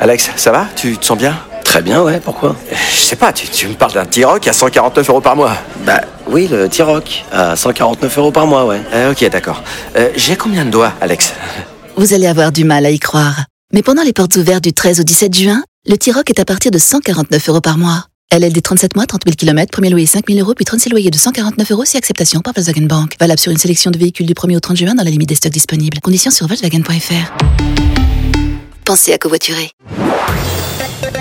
Alex, ça va Tu te sens bien Très bien, ouais, pourquoi Euh, Je sais pas, tu, tu me parles d'un T-Rock à 149 euros par mois. Bah oui, le T-Rock, à 149 euros par mois, ouais. Euh, ok, d'accord. Euh, J'ai combien de doigts, Alex Vous allez avoir du mal à y croire. Mais pendant les portes ouvertes du 13 au 17 juin, le T-Rock est à partir de 149 euros par mois. LLD 37 mois, 30 000 km, premier loyer 5 000 euros, puis 36 loyers de 149 euros si acceptation par Volkswagen Bank. Valable sur une sélection de véhicules du 1er au 30 juin dans la limite des stocks disponibles. Conditions sur Volkswagen.fr. Pensez à covoiturer.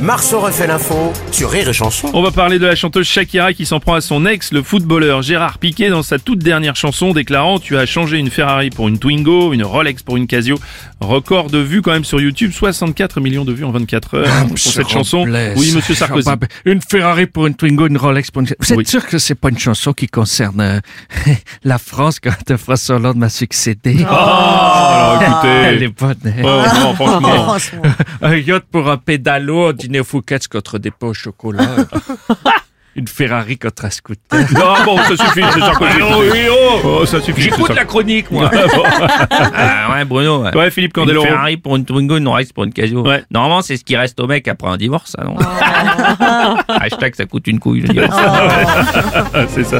Marceau refait l'info sur Rire et Chanson. On va parler de la chanteuse Shakira qui s'en prend à son ex, le footballeur Gérard Piquet, dans sa toute dernière chanson déclarant Tu as changé une Ferrari pour une Twingo, une Rolex pour une Casio. Record de vues quand même sur YouTube, 64 millions de vues en 24 heures pour Monsieur cette chanson. Robles. Oui, monsieur Sarkozy. Enfin, Une Ferrari pour une Twingo, une Rolex pour une... Vous êtes Oui. sûr que c'est pas une chanson qui concerne euh, la France quand François Hollande m'a succédé Ah, alors Elle est écoutez. bonne. hein. Oh, non, franchement. Un yacht pour un pédalo, un dîner Fouquet's contre des pains au chocolat. une Ferrari contre un scooter. Non, bon, ça suffit, Ah, monsieur Sarkozy. Oh, ça suffit. monsieur J'écoute la Sarkozy. chronique, moi. Ah, ouais, Bruno. ouais. Ouais, Philippe Une Candeloro. Ferrari pour une Twingo, une Rolex pour une Casio. Ouais. Normalement, c'est ce qui reste au mec après un divorce, hein, ça, non Hashtag ça coûte une couille. le divorce. Ah, C'est ça.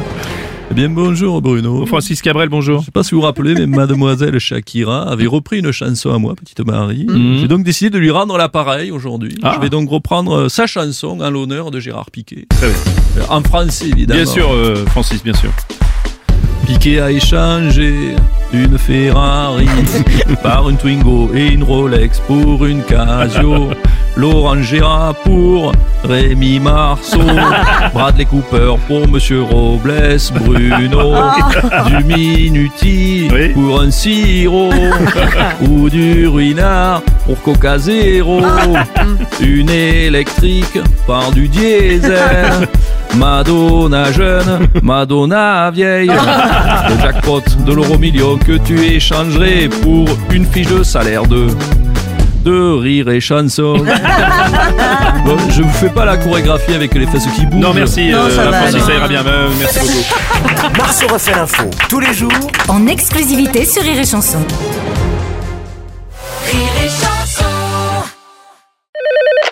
Eh bien bonjour Bruno. Francis Cabrel, bonjour. Je sais pas si vous vous rappelez, mais mademoiselle Shakira avait repris une chanson à moi, petite Marie. J'ai donc décidé de lui rendre l'appareil aujourd'hui. Mm. Ah. Je vais donc reprendre euh, sa chanson en l'honneur de Gérard Piquet. Très bien. Euh, En français, évidemment. Bien sûr, euh, Francis, bien sûr. Piquet a échangé une Ferrari par une Twingo et une Rolex pour une Casio. Laurent Gérard pour Rémi Marceau, Bradley Cooper pour Monsieur Robles, Bruno, du Minuti Oui. pour un sirop, ou du Ruinard pour Coca Zéro, une électrique par du diesel, Madonna jeune, Madonna vieille. Le jackpot de l'euro million que tu échangerais pour une fiche de salaire de. De rire et chanson. Bon, je vous fais pas la chorégraphie avec les fesses qui bougent. Non, merci, euh, Francis, ça ira bien. Euh, merci beaucoup. Marceau refait l'info tous les jours en exclusivité sur Rire et Chanson.